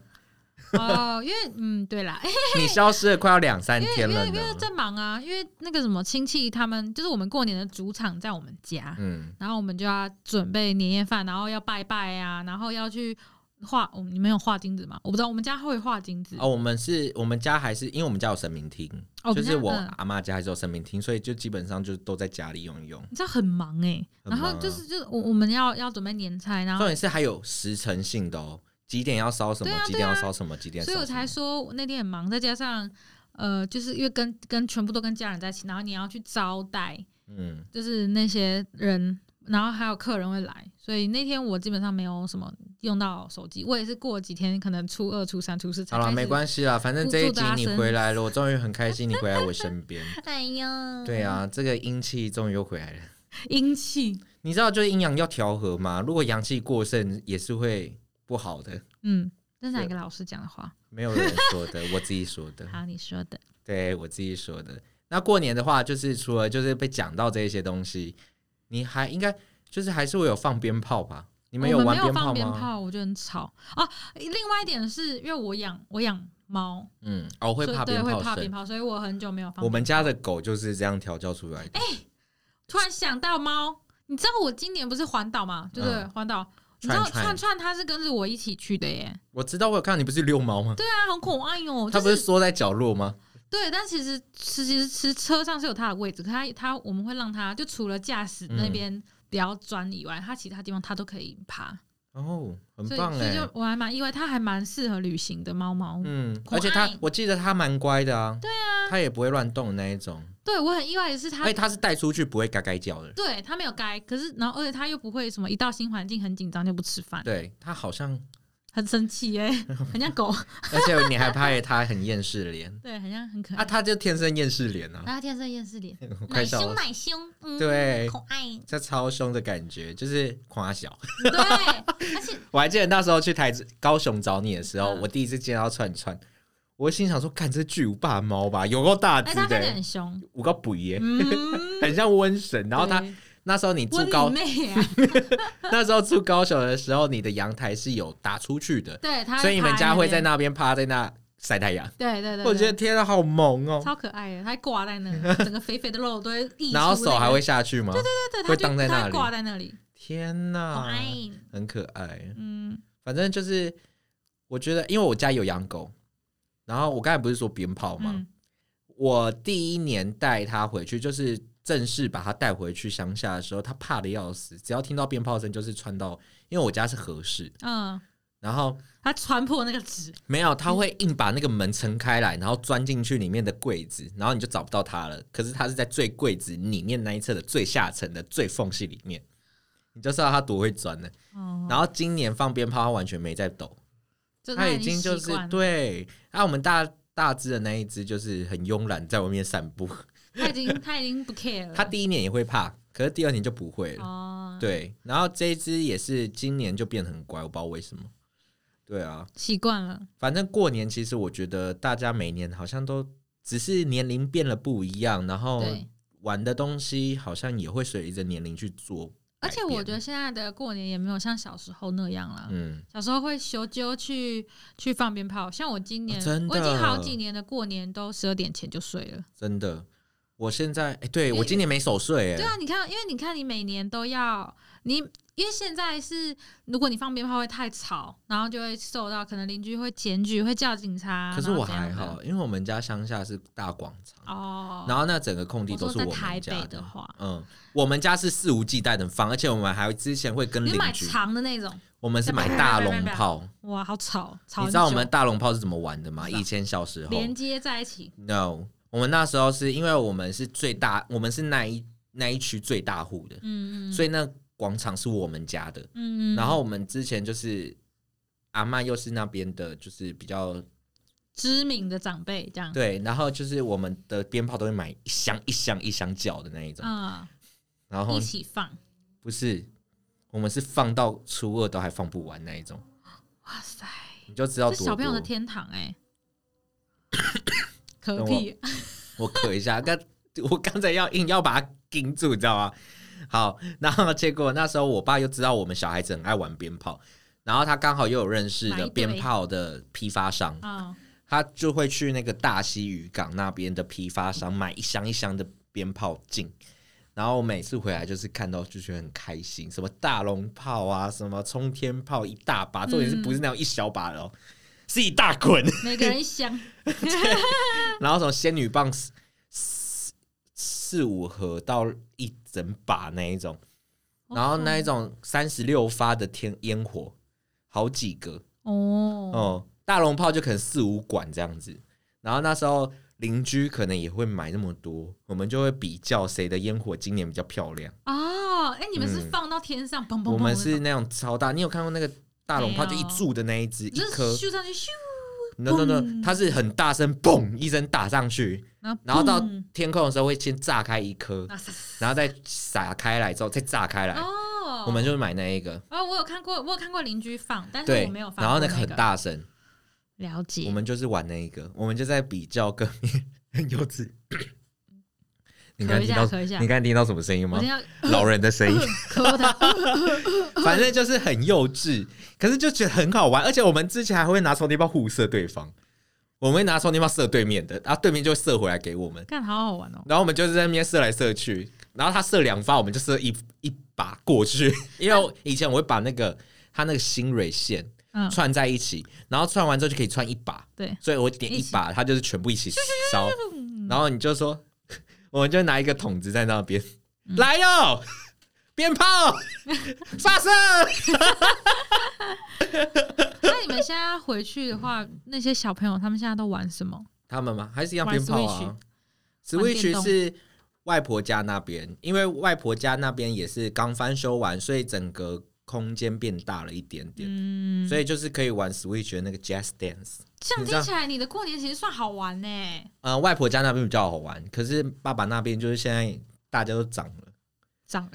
S2: 哦，因为嗯对啦，
S1: 你消失了快要两三 *laughs* 天
S2: 因
S1: 了
S2: 为因为
S1: 呢。
S2: 在忙啊，因为那个什么亲戚他们，就是我们过年的主场在我们家，
S1: 嗯，
S2: 然后我们就要准备年夜饭，然后要拜拜啊，然后要去画，我们你们有画金子吗？我不知道，我们家会画金子
S1: 哦，我们是我们家还是因为我们家有神明厅，
S2: 哦
S1: 就是我啊
S2: 我们家嗯
S1: 阿妈家还是有神明厅，所以就基本上就都在家里用一用。
S2: 你知道很忙哎、
S1: 很忙
S2: 然
S1: 啊
S2: 后就是就是我我们要要准备年菜，然
S1: 重
S2: 后
S1: 点是还有时辰性的哦，几点要烧什么
S2: 对，啊
S1: 几点要烧什么，几点烧
S2: 所
S1: 什
S2: 以
S1: 么。
S2: 我才说我那天很忙，再加上呃，就是因为跟跟全部都跟家人在一起，然后你要去招待，
S1: 嗯，
S2: 就是那些人，然后还有客人会来，所以那天我基本上没有什么用到手机。我也是过几天，可能初二、初三、初四才
S1: 好了，
S2: 开始
S1: 没关系啦，反正这一
S2: 祝
S1: 集
S2: 大家
S1: 你
S2: 生
S1: 回来了，我终于很开心你回来我身
S2: *laughs*
S1: 边。
S3: 哎呀，
S1: 对啊，这个阴气终于又回来了。
S2: 阴气，
S1: 你知道，就是阴阳要调和嘛。如果阳气过盛，也是会不好的。
S2: 嗯，这是哪个老师讲的话？
S1: 没有人说
S2: *laughs*
S1: 的，我自己说的，
S2: 好，你说的，
S1: 对我自己说的。那过年的话，就是除了就是被讲到这些东西，你还应该就是还是会有放鞭炮吧？你
S2: 你
S1: 们有
S2: 我们
S1: 玩
S2: 没有
S1: 鞭
S2: 放
S1: 炮
S2: 鞭
S1: 吗？
S2: 炮，我觉得很吵哦。另外一点是因为我养我养猫，
S1: 嗯，哦，会
S2: 所以
S1: 怕
S2: 对
S1: 鞭
S2: 会
S1: 炮
S2: 怕鞭
S1: 声。
S2: 炮，所以我很久没有放。
S1: 我们家的狗就是这样调教出来的。
S2: 突然想到猫，你知道我今年不是环岛嘛？对不对？
S1: 嗯
S2: 环岛，你知道
S1: 串串
S2: 串串它是跟着我一起去的耶，
S1: 我知道，我有看到你不是遛猫吗？
S2: 对啊，很可爱哦。
S1: 它
S2: 就
S1: 不是缩在角落吗？
S2: 对，但其实其实其实车上是有它的位置，可它它我们会让它就除了驾驶那边比较钻以外，它其他地方它都可以爬，
S1: 哦，很
S2: 所以
S1: 棒
S2: 所以
S1: 哎
S2: 就。我还蛮意外，它还蛮适合旅行的猫猫。
S1: 嗯，
S2: 可爱
S1: 而且它，我记得它蛮乖的啊。对啊，它也不会乱动的那一种。
S2: 对我很意外的是它
S1: 而且，哎它是带出去不会嘎嘎叫的。
S2: 对它没有该，可是然后而且它又不会什么一到新环境很紧张就不吃饭，
S1: 对它好像，
S2: 很生
S1: *laughs*
S2: 气耶、很像狗，
S1: 而且你还拍了它很厌世
S2: *laughs*
S1: 脸
S2: 对，很像很可
S1: 啊，
S2: 爱。
S1: 它就天生厌世脸啊，
S2: 然后它天生厌世脸，
S1: 我快
S3: 奶
S1: 笑
S3: 凶
S1: 了。
S3: 奶凶，嗯，
S1: 对，
S3: 可爱，
S1: 这超凶的感觉，就是夸小。 *laughs*
S3: 对，而且
S1: 我还记得那时候去台高雄找你的时候，
S2: 嗯
S1: 我第一次见到串串，我心想说，看这巨无霸猫吧，有够大
S2: 哎，
S1: 只
S2: 它看起来
S1: 的，
S2: 很凶，
S1: 五个补耶，
S2: 嗯，
S1: 很像瘟神。然后它
S2: 对
S1: 那时候你住
S2: 温
S1: 高
S2: 里，妹啊，
S1: 那时候住高雄的时候，你的阳台是有打出去的，
S2: 对它，
S1: 所以你们家会在
S2: 那边。
S1: 那边趴在那晒太阳。
S2: 对对对，
S1: 我觉得
S2: 对
S1: 天啊，好萌哦！
S2: 超可爱的，还挂在那，
S1: *laughs*
S2: 整个肥肥的肉都会溢出那个，
S1: 然后手还会下去吗？
S2: 对对，
S1: 会
S2: 它就
S1: 荡在
S2: 它
S1: 那
S2: 会
S1: 里啊
S2: 挂在那里，
S1: 天哪，
S3: 乖，
S1: 很可爱。
S2: 嗯，
S1: 反正就是，我觉得，因为我家有养狗，然后我刚才不是说鞭炮吗？
S2: 嗯
S1: 我第一年带它回去，就是正式把它带回去乡下的时候，它怕的要死，只要听到鞭炮声就是窜到，因为我家是合适，
S2: 嗯，
S1: 然后
S2: 它穿破那个纸，
S1: 没有，它会硬把那个门撑开来，然后钻进去里面的柜子，然后你就找不到它了。可是它是在最柜子里面那一侧的最下层的最缝隙里面，你就知道它多会钻了。
S2: 哦，
S1: 然后今年放鞭炮，它完全没在抖。
S2: 就
S1: 它
S2: 它
S1: 已经就
S2: 习
S1: 是
S2: 惯了，
S1: 对，那、我们大大只的那一只就是很慵懒，在外面散步。
S2: 它已经它已经不
S1: *laughs*
S2: care 了，
S1: 它第一年也会怕，可是第二年就不会了。
S2: 哦，，
S1: 对，然后这一只也是今年就变得很乖，我不知道为什么。对啊，
S2: 习惯了，
S1: 反正过年其实我觉得大家每年好像都只是年龄变了不一样，然后
S2: 对
S1: 玩的东西好像也会随着年龄去做。
S2: 而且我觉
S1: 得，
S2: 得现在的过年也没有像小时候那样了，
S1: 嗯，
S2: 小时候会修揪去去放鞭炮，像我今年、
S1: 哦真的
S2: 我已经好几年的过年都十二点前就睡了。
S1: 真的，我现在哎、对
S2: 因为
S1: 我今年没守岁哎、
S2: 对啊，你看，因为你看你每年都要你，因为现在是如果你放鞭炮会太吵，然后就会受到可能邻居会检举，会叫警察。
S1: 可是我
S2: 然后
S1: 还
S2: 怎样的
S1: 好，因为我们家乡下是大广场，
S2: 哦，
S1: 然后那整个空地都是
S2: 我说在
S1: 我
S2: 台
S1: 们家
S2: 北的话，
S1: 嗯，我们家是肆无忌惮的放，而且我们还之前会跟
S2: 你
S1: 邻
S2: 就买
S1: 居，
S2: 长的那种，
S1: 我们是买大龙炮。
S2: 哇，好吵，吵
S1: 你
S2: 很
S1: 知
S2: 久
S1: 道我们大龙炮是怎么玩的吗？
S2: 不知道
S1: 以前小时候
S2: 连接在一起，
S1: ，no，我们那时候是因为我们是最大，我们是那一那一区最大户的，
S2: 嗯嗯，
S1: 所以那广场是我们家的。
S2: 嗯，嗯
S1: 然后我们之前就是阿嬷又是那边的，就是比
S2: 嗯
S1: 较
S2: 知名的长辈这样，
S1: 对，然后就是我们的鞭炮都会买一箱一箱一箱叫的那一种，
S2: 嗯，
S1: 然后
S2: 一起放，
S1: 不是我们是放到初二都还放不完那一种，
S2: 哇塞，
S1: 你就知道
S2: 这
S1: 多
S2: 小朋友的
S1: 多
S2: 天堂
S1: *coughs*
S2: 哎、可
S1: 等
S2: 以，
S1: 我咳一下，刚我刚才要硬要把它盯住，你知道吗？好，然后结果那时候我爸又知道我们小孩子很爱玩鞭炮，然后他刚好又有认识
S2: 买一
S1: 的
S2: 堆
S1: 鞭炮的批发商，
S2: 嗯，
S1: 他就会去那个大溪渔港那边的批发商买一箱一箱的鞭炮进。然后我每次回来就是看到就觉得很开心，什么大龙炮啊，什么冲天炮一大把，重点是不是那种一小把的哦，是一大捆，
S2: 每个人一箱，
S1: 然后从仙女棒四四四五盒到一整把那一种， *laughs* 然后那一种三十六发的天烟火，好几个
S2: 哦，
S1: 哦、大龙炮就可能四五管这样子。然后那时候邻居可能也会买那么多，我们就会比较谁的烟火今年比较漂亮。
S2: 哦，哎、你们是
S1: 嗯
S2: 放到天上，砰砰砰，
S1: 我们是那种超大，你有看过那个大龙炮就
S2: 没
S1: 一
S2: 有
S1: 柱的那一只一
S2: 就是
S1: 颗
S2: 咻上去咻，
S1: ，no no no，
S2: 嘣
S1: 它是很大声，嘣一声打上去，
S2: 然后
S1: 然后到
S2: 砰
S1: 天空的时候会先炸开一颗，
S2: 啊
S1: 然后再撒开来之后再炸开来，
S2: 哦，
S1: 哎我们就买那一个。
S2: 哦，我有看过，我有看过邻居放，但是
S1: 对
S2: 我没有，放、
S1: 然后
S2: 那
S1: 那个很，大声，
S2: 了解，
S1: 我们就是玩那一个，我们就在比较跟很幼稚。
S2: *laughs*
S1: 你刚
S2: 咳一
S1: 才听
S2: 下，
S1: 到
S2: 咳一下
S1: 你，刚才听到什么声音
S2: 我
S1: 吗
S2: 现？在
S1: 老人的声
S2: *laughs*
S1: 音，
S2: 咳的， *laughs*
S1: 反正就是很幼稚，可是就觉得很好玩。而且我们之前还会拿充电炮互射对方，我们会拿充电炮射对面的，然后对面就会射回来给我们，
S2: 看好好玩哦，
S1: 然后我们就是在那边射来射去，然后他射两发，我们就射一一把过去。 *laughs* 因为以前我会把那个他那个新蕊线
S2: 嗯，
S1: 串在一起，然后串完之后就可以串一把，
S2: 对，
S1: 所以我点一把，它就是全部一起烧，然后你就说， *laughs* 我们就拿一个桶子在那边，来哟，鞭 *laughs* 炮发射，
S2: 那你们现在回去的话，那些小朋友他们现在都玩什么？
S1: 他们吗？还是一样
S2: 玩
S1: 鞭炮啊
S2: 玩电
S1: ？Switch
S2: 动
S1: 是外婆家那边，因为外婆家那边也是刚翻修完，所以整个空间变大了一点点，
S2: 嗯，
S1: 所以就是可以玩 Switch 的那个 Jazz Dance。
S2: 这样
S1: 你知道
S2: 听起来，你的过年其实算好玩呢、
S1: 呃，外婆家那边比较好玩，可是爸爸那边就是现在大家都长了，
S2: 长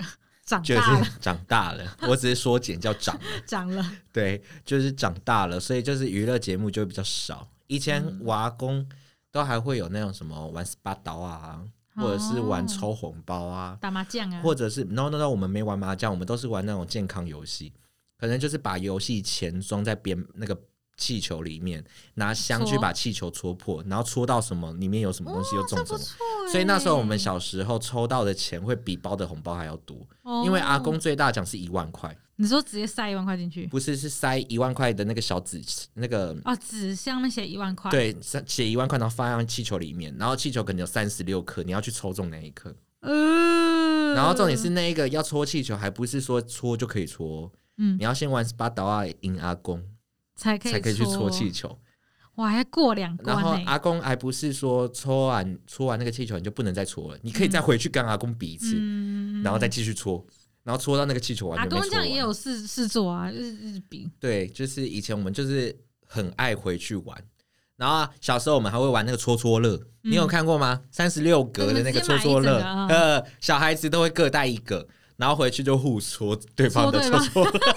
S2: 长
S1: 就
S2: 大了， *laughs*
S1: 是长大了。我只是缩减叫长了，
S2: 长了，
S1: 对，就是长大了，所以就是娱乐节目就会比较少。以前
S3: 嗯
S1: 我阿公都还会有那种什么玩 SPA 刀啊，或者是玩
S2: 哦
S1: 抽红包啊，
S2: 打麻将
S3: 嗯
S2: 啊，
S1: 或者是 no no no，我们没玩麻将，我们都是玩那种健康游戏，可能就是把游戏钱装在鞭那个气球里面，拿香去
S2: 搓
S1: 把气球戳破，然后戳到什么里面有什么东
S2: 哦
S1: 西又中
S3: 这不
S1: 什么。
S3: 错欸。
S1: 所以那时候我们小时候抽到的钱会比包的红包还要多，
S2: 哦
S1: 因为阿公最大奖是一万块，
S2: 你说直接塞一万块进去
S1: 不是是塞一万块的那个小纸那个
S2: 哦，纸箱面写一万块，，
S1: 对，塞写一万块，然后放在气球里面，然后气球可能有三十六颗，你要去抽中那一颗。
S2: 呃，
S1: 然后重点是那一个要戳气球，还不是说戳就可以戳哦，
S2: 嗯
S1: 你要先玩十八刀啊赢阿公，
S2: 才可以
S1: 才可以去戳气，球。
S2: 哇，还过两关
S1: 然后
S2: 呢、
S1: 阿公还不是说戳完戳完那个气球你就不能再戳了，你可以再回去跟阿公比一次，
S2: 嗯
S1: 然后再继续戳，然后戳到那个气球完
S2: 阿
S1: 全没
S2: 公
S1: 戳
S2: 这样
S1: 完。
S2: 也有事事做啊，就是日饼，
S1: 对，就是以前我们就是很爱回去玩。然后小时候我们还会玩那个戳戳乐，你有看过吗？三十六格的那个戳戳乐，
S2: 嗯直接买一整个
S1: 呃，小孩子都会各带一个，然后回去就互戳对方的
S2: 戳
S1: 戳戳
S2: 对
S1: 乐，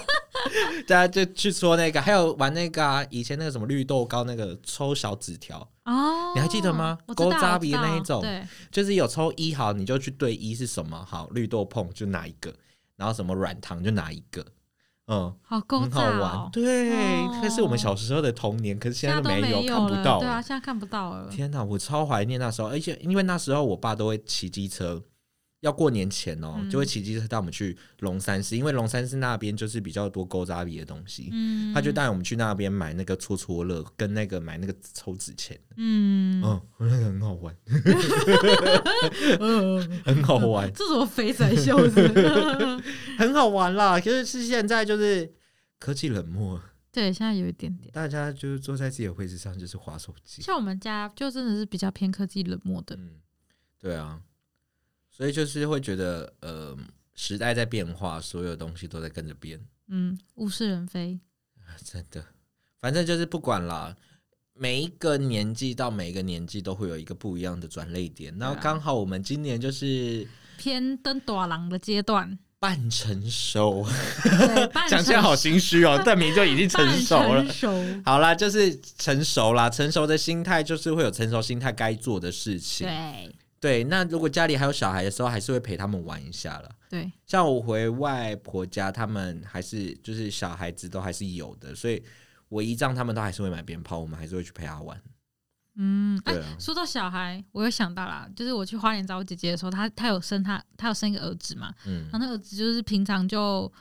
S1: 大家就去戳那个，还有玩那个啊，以前那个什么绿豆糕那个抽小纸条，
S2: 哦，
S1: 你还记得吗
S2: 我知
S1: 勾
S2: 道
S1: 扎鼻那一种
S2: 我知道对，
S1: 就是有抽一好，你就去对一是什么好，绿豆碰就拿一个，然后什么软糖就拿一个，嗯，
S2: 好勾
S1: 很
S2: 扎
S1: 好玩
S2: 哦、。
S1: 对，
S2: 哦
S1: 那是我们小时候的童年，可是现在
S2: 现
S1: 都
S2: 在都
S1: 有，
S2: 没
S1: 看
S2: 有
S1: 不
S2: 了，
S1: 到
S2: 对啊，
S1: 了。
S2: 现在看不到了。
S1: 天哪，我超怀念那时候，而且因为那时候我爸都会骑机车，要过年前哦，
S2: 嗯
S1: 就会骑机车带我们去龙山寺，因为龙山寺那边就是比较多勾扎比的东西，
S2: 嗯，
S1: 他就带我们去那边买那个戳戳乐，跟那个买那个抽纸钱，
S2: 嗯，
S1: 嗯， *laughs* 那个很好玩，
S2: 呃
S1: 很好玩。
S2: *laughs* 这种肥仔
S1: *laughs*
S2: 袖子，
S1: 很好玩啦。可是是现在就是科技冷漠，
S2: 对，现在有一点点。
S1: 大家就是坐在自己的位置上就是划手机。
S2: 像我们家就真的是比较偏科技冷漠的，
S1: 嗯，对啊，所以就是会觉得呃，时代在变化，所有东西都在跟着变， *laughs*
S2: 嗯，物是人非，
S1: 啊真的。反正就是不管啦。每一个年纪到每一个年纪都会有一个不一样的转类点，那
S2: 对啊
S1: 刚好我们今年就是
S2: 偏登短郎的阶段，
S1: 半成熟， *laughs*
S2: 对，半
S1: 讲起来好心虚哦，但明就已经成
S2: 半
S1: 熟了
S2: 成，熟，
S1: 好啦，就是成熟啦，成熟的心态就是会有成熟心态该做的事情。
S2: 对
S1: 对，那如果家里还有小孩的时候，还是会陪他们玩一下了。
S2: 对，
S1: 像我回外婆家，他们还是就是小孩子都还是有的，所以我姨丈他们都还是会买鞭炮，我们还是会去陪他玩。
S2: 嗯，哎、
S1: 对啊，
S2: 说到小孩，我又想到啦，就是我去花莲找我姐姐的时候，她她有生她她有生一个儿子嘛，
S1: 嗯
S2: 然后那儿子就是平常就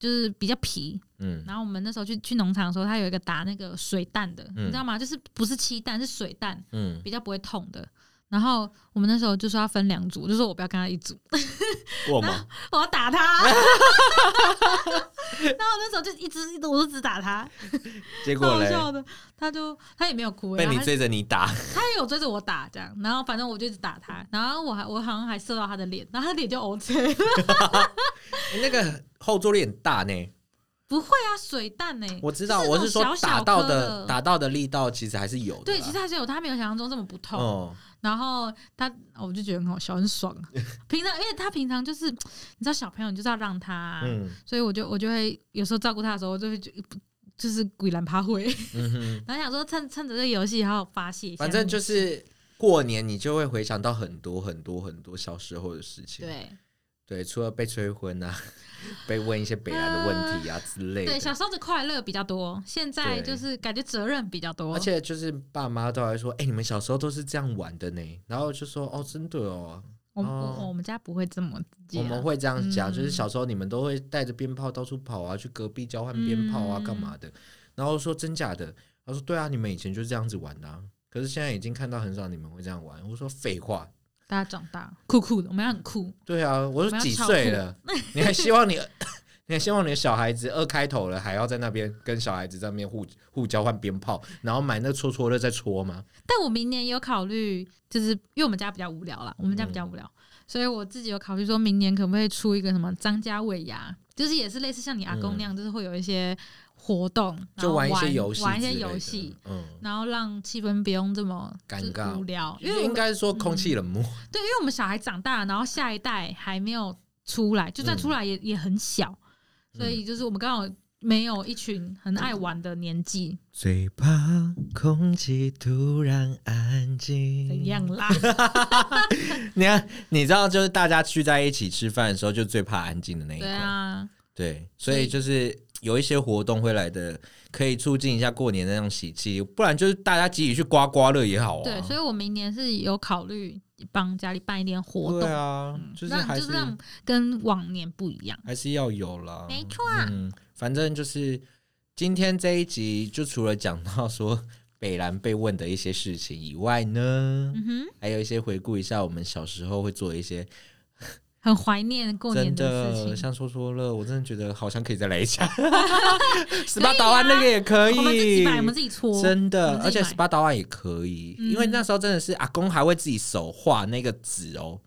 S2: 就是比较皮，
S1: 嗯
S2: 然后我们那时候去去农场的时候，他有一个打那个水弹的，
S1: 嗯
S2: 你知道吗？就是不是气弹，是水弹，
S1: 嗯，
S2: 比较不会痛的。然后我们那时候就说要分两组，就说我不要跟他一组，
S1: 过吗？
S2: 我要打他。然后我那时候就一直一直我就只打他，
S1: 结
S2: 超
S1: 果
S2: 好
S1: 嘞，
S2: 笑的。他就他也没有哭、欸，
S1: 被
S2: 然后
S1: 你
S2: 他
S1: 追着你
S2: *laughs*
S1: 打，
S2: 他也有追着我打这样，然后反正我就一直打他，然后我还我好像还射到他的脸，然后他脸就 OK 了。
S1: 那个后坐力很大呢。
S2: *laughs* 不会啊，水弹呢、
S1: 我知道，
S2: 就是那
S1: 我
S2: 种
S1: 是说
S2: 小小
S1: 打到
S2: 颗
S1: 的
S2: 的
S1: 打到的力道其实还是有的啦。
S2: 对，其实还是有，他没有想象中这么不痛。
S1: 哦，
S2: 然后他，哦我就觉得很好笑，很爽、啊。平常，因为他平常就是，你知道小朋友你就是要让他、
S1: 嗯
S2: 所以我就我就会有时候照顾他的时候，我就会觉就是鬼兰趴会， *laughs*
S1: 嗯哼。
S2: 然后想说趁趁着这个游戏好好发泄一下。
S1: 反正就是过年，你就会回想到很多很多很多小时候的事情。
S2: 对
S1: 对除了被催婚啊， *laughs* 被问一些北来的问题啊之类
S2: 对，
S1: 的。
S2: 小时候的快乐比较多，现在
S1: 对
S2: 就是感觉责任比较多。
S1: 而且就是爸妈都还说：“哎、你们小时候都是这样玩的呢。”然后就说：“哦，真的哦，
S2: 我们、
S1: 哦
S2: 我我们家不会这么直接
S1: 我
S2: 啊、
S1: 们会这样讲，
S2: 嗯
S1: 就是小时候你们都会带着鞭炮到处跑啊，去隔壁交换鞭炮啊，
S2: 嗯
S1: 干嘛的？”然后说：“真假的？”他说：“对啊，你们以前就是这样子玩的、啊。”可是现在已经看到很少你们会这样玩。我说废话，
S2: 大家长大酷酷的，我们要很酷。
S1: 对啊，我
S2: 们
S1: 都
S2: 要
S1: 几
S2: 超
S1: 岁
S2: 酷
S1: 了，你还希望你， *laughs* 你还希望你的小孩子二开头了，还要在那边跟小孩子在那边互互交换鞭炮，然后买那戳戳乐再戳吗？
S2: 但我明年有考虑，就是因为我们家比较无聊啦，我们家比较无聊，
S1: 嗯
S2: 所以我自己有考虑说明年可不可以出一个什么张家尾牙，就是也是类似像你阿公那样，就是会有一些活动，然
S1: 嗯就
S2: 后
S1: 玩
S2: 玩
S1: 一些游戏，
S2: 玩一些游戏。，
S1: 嗯，
S2: 然后让气氛不用这么
S1: 尴
S2: 就是
S1: 尬
S2: 无聊，因
S1: 因
S2: 为
S1: 为
S2: 我
S1: 应
S2: 们
S1: 该说嗯空气冷漠，
S2: 对，因为我们小孩长大，然后下一代还没有出来，就算
S1: 嗯
S2: 出来也、也很小，所以就是我们刚好没有一群很爱玩的年纪，
S1: 最怕空气突然安静
S2: 怎样啦？
S1: 你看，你知道，就是大家聚在一起吃饭的时候，就最怕安静的那一
S2: 对
S1: 块。
S2: 啊，
S1: 对，所以就是有一些活动会来的，可以促进一下过年的那种喜气，不然就是大家集体去刮刮乐也好啊。
S2: 对，所以我明年是有考虑帮家里办一点活动，
S1: 对啊，就是
S2: 让
S1: 还
S2: 就是是让跟往年不一样。
S1: 还是要有啦。
S3: 没错啊，
S1: 嗯，反正就是今天这一集，就除了讲到说北兰被问的一些事情以外呢，
S2: 嗯哼，
S1: 还有一些回顾一下我们小时候会做一些
S2: 很怀念过年
S1: 真的
S2: 事情。
S1: 像说说乐，我真的觉得好像可以再来一
S2: *laughs*
S1: 下。十八岛湾那个也可以，
S2: 啊我们自己买，我们自己搓。
S1: 真
S2: 我
S1: 的，
S2: 们
S1: 而
S2: 自己
S1: 且
S2: 买
S1: 十八岛湾也可以，
S2: 嗯
S1: 因为那时候真的是阿公还会自己手画那个纸哦，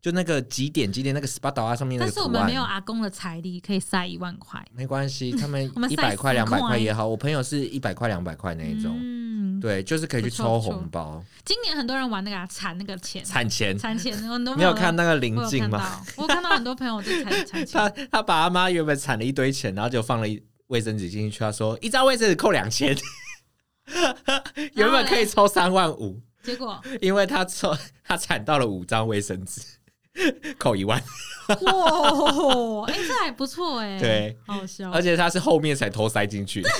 S1: 就那个几点几点那个十八岛湾上面那
S2: 但
S1: 个
S2: 是
S1: 图
S2: 我
S1: 案。
S2: 们没有啊阿公的财力，可以塞一万块
S1: 没关系，他们
S2: *laughs* 我们
S1: 一
S2: 塞
S1: 百块、
S2: 10
S1: 两百块
S2: 块
S1: 也好，我朋友是一百块、两百块那一种，
S2: 嗯，
S1: 对，就是可以去
S2: 不错
S1: 抽
S2: 不错
S1: 红包、
S2: 今年很多人玩那个啊攒那个钱，
S1: 产钱。
S2: 攒钱，很多
S1: 你有看
S2: 到
S1: 那个林
S2: 我有
S1: 静
S2: 看
S1: 吗？
S2: 到，我有看到很多朋友就攒攒
S1: 他 *laughs*
S2: 钱，
S1: 他把他妈原本产了一堆钱，然后就放了一卫生纸进去，他说一张卫生纸扣两千，原本可以抽三万五，*laughs*
S2: 结果
S1: 因为他抽他产到了五张卫生纸，扣一万，
S2: 哇，哎，这还不错哎，
S1: 对，
S2: 好好笑
S1: 而。且他是后面才偷塞进去的，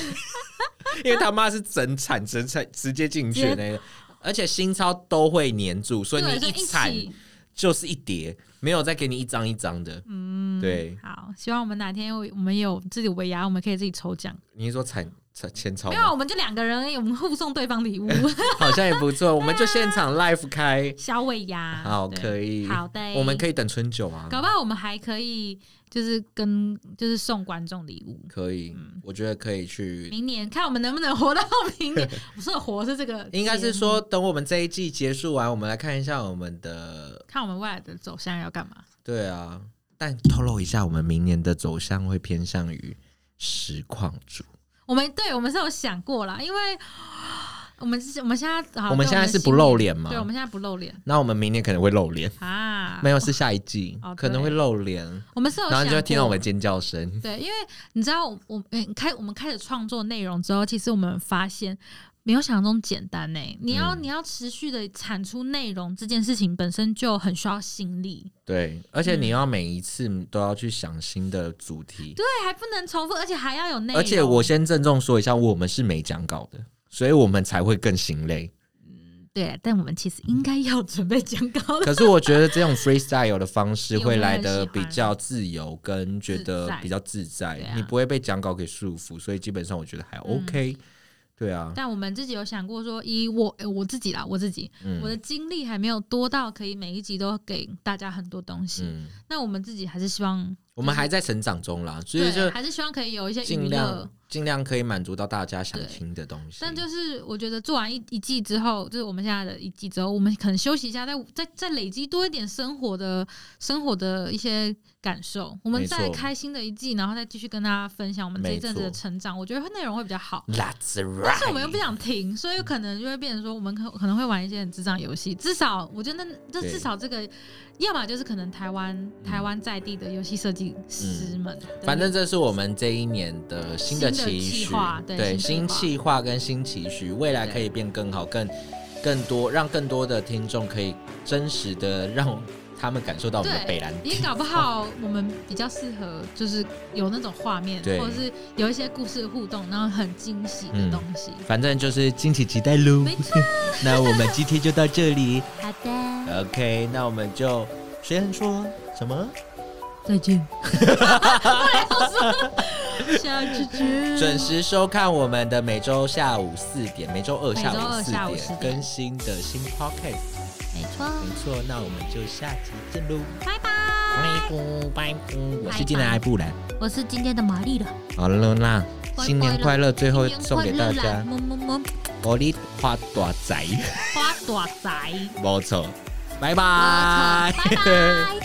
S1: 因为他妈是整产整产直接进去的那个，而且新钞都会粘住，所以
S2: 对，
S1: 你
S2: 就
S1: 一
S2: 一
S1: 产
S2: 起，
S1: 就是一叠，没有再给你一张一张的。
S2: 嗯，
S1: 对
S2: 好，希望我们哪天我们有自己尾牙，我们可以自己抽奖。
S1: 你是说产产千钞
S2: 没
S1: 吗？
S2: 有，我们就两个人而已，我们互送对方
S1: *laughs*
S2: 礼物，
S1: 好像也不
S2: *laughs*
S1: 错，我们就现场 live 开，
S2: 小尾牙。
S1: 好
S2: 啊对
S1: 可以，
S2: 好的，
S1: 我们可
S2: 以，
S1: 以等春酒啊，
S2: 搞不好我们还可以就是跟就是送观众礼物。
S1: 可以，我觉得可以去。
S2: 嗯明年看我们能不能活到明
S1: *laughs*
S2: 年。我说的活是这个节目，
S1: 应该是说，等我们这一季结束完，我们来看一下我们的
S2: 看我们未来的走向要干嘛。
S1: 对啊，但透露一下，我们明年的走向会偏向于实况主。
S2: 我们对我们是有想过啦，因为哦我们是我们现在好
S1: 我们
S2: 对
S1: 现在是不
S2: 新
S1: 露脸吗
S2: 对，我们现在不露脸
S1: 那我们明年可能会露脸，
S2: 啊，
S1: 没有是下一季
S2: 哦对
S1: 可能会露脸，
S2: 我们是有
S1: 然后
S2: 想
S1: 你就会听到我
S2: 过
S1: 们尖叫声。
S2: 对，因为你知道我，我诶开我们开始创作内容之后，其实我们发现没有想象中简单呢、你要、
S1: 嗯
S2: 你要持续的产出内容，这件事情本身就很需要心力，
S1: 对，而
S2: 嗯
S1: 且你要每一次都要去想新的主题，
S2: 对，还不能重复，而且还要有内容。
S1: 而且我先郑重说一下，我们是没讲稿的，所以我们才会更心
S2: *laughs*
S1: 累。
S2: 对啊，但我们其实应该要准备讲稿了。 *laughs*
S1: 可是我觉得这种 freestyle 的方式
S2: 因为我
S1: 会
S2: 们
S1: 来
S2: 很喜
S1: 的
S2: 欢
S1: 比较自由，跟觉得
S2: 自在
S1: 比较自在，
S2: 对啊嗯
S1: 你不会被讲稿给束缚，所以基本上我觉得还 OK、对啊，
S2: 但我们自己有想过说，以我诶我自己啦，我自己、我
S1: 嗯
S2: 的经历还没有多到可以每一集都给大家很多东西。
S1: 嗯，
S2: 那我们自己还是希望，
S1: 我们还在成长中啦，所以
S2: 对，
S1: 就
S2: 还是希望可以有一些娱
S1: 尽
S2: 乐
S1: 量。尽量可以满足到大家想
S2: 对
S1: 听的东西。
S2: 但就是我觉得做完一一季之后，就是我们现在的一季之后，我们可能休息一下，再再再累积多一点生活的生活的一些感受，我们
S1: 没错
S2: 再开新的一季，然后再继续跟大家分享我们这一阵子
S1: 没
S2: 的
S1: 错
S2: 成长，我觉得会内容会比较好。
S1: That's
S2: 但是我们又
S1: right，
S2: 不想停，所以可能就会变成说，我们可可能会玩一些很智障游戏。至少我觉得那，这
S1: 对嗯
S2: 至少这个，要么就是可能台湾台湾在地的游戏设计师们的那个，
S1: 反正这是我们这一年的新的期
S2: 新
S1: 许
S2: 的计划，对
S1: 新
S2: 新
S1: 计
S2: 计
S1: 划跟新期许，未来可以变更好，更更多，让更多的听众可以真实的让他们感受到我们的
S2: 对
S1: 北兰。
S2: 也搞不好我们比较适合，就是有那种画面，
S1: 对嗯
S2: 或者是有一些故事互动，然后很惊喜的东
S1: *laughs*
S2: 西。
S1: 反正就是敬请期待喽
S2: 没。错，
S1: 那我们今天就到这里
S3: 好的，
S1: ，OK？那我们就谁能说什么？
S3: *laughs*
S2: 再见。 *laughs* 小猪猪，
S1: 准时收看我们的每周下午四点，每周二
S2: 每周
S1: 下午
S2: 二
S1: 四
S2: 下午
S1: 点
S2: 4点
S1: 更新的新 Podcast。
S3: 没错，
S1: 没错，那我们就下期见喽。
S3: 拜拜。
S1: 拜拜拜拜，我是今天的艾布兰。
S3: 我是今天的玛丽了，
S1: 好了啦，新年快乐！最后
S3: 新年
S1: 送给大
S3: 快乐啦
S1: 家，
S3: 么么么，
S1: 我的花大仔，
S2: 花大仔。
S1: 没错，拜
S3: 拜
S1: 拜。 *laughs*
S3: 拜。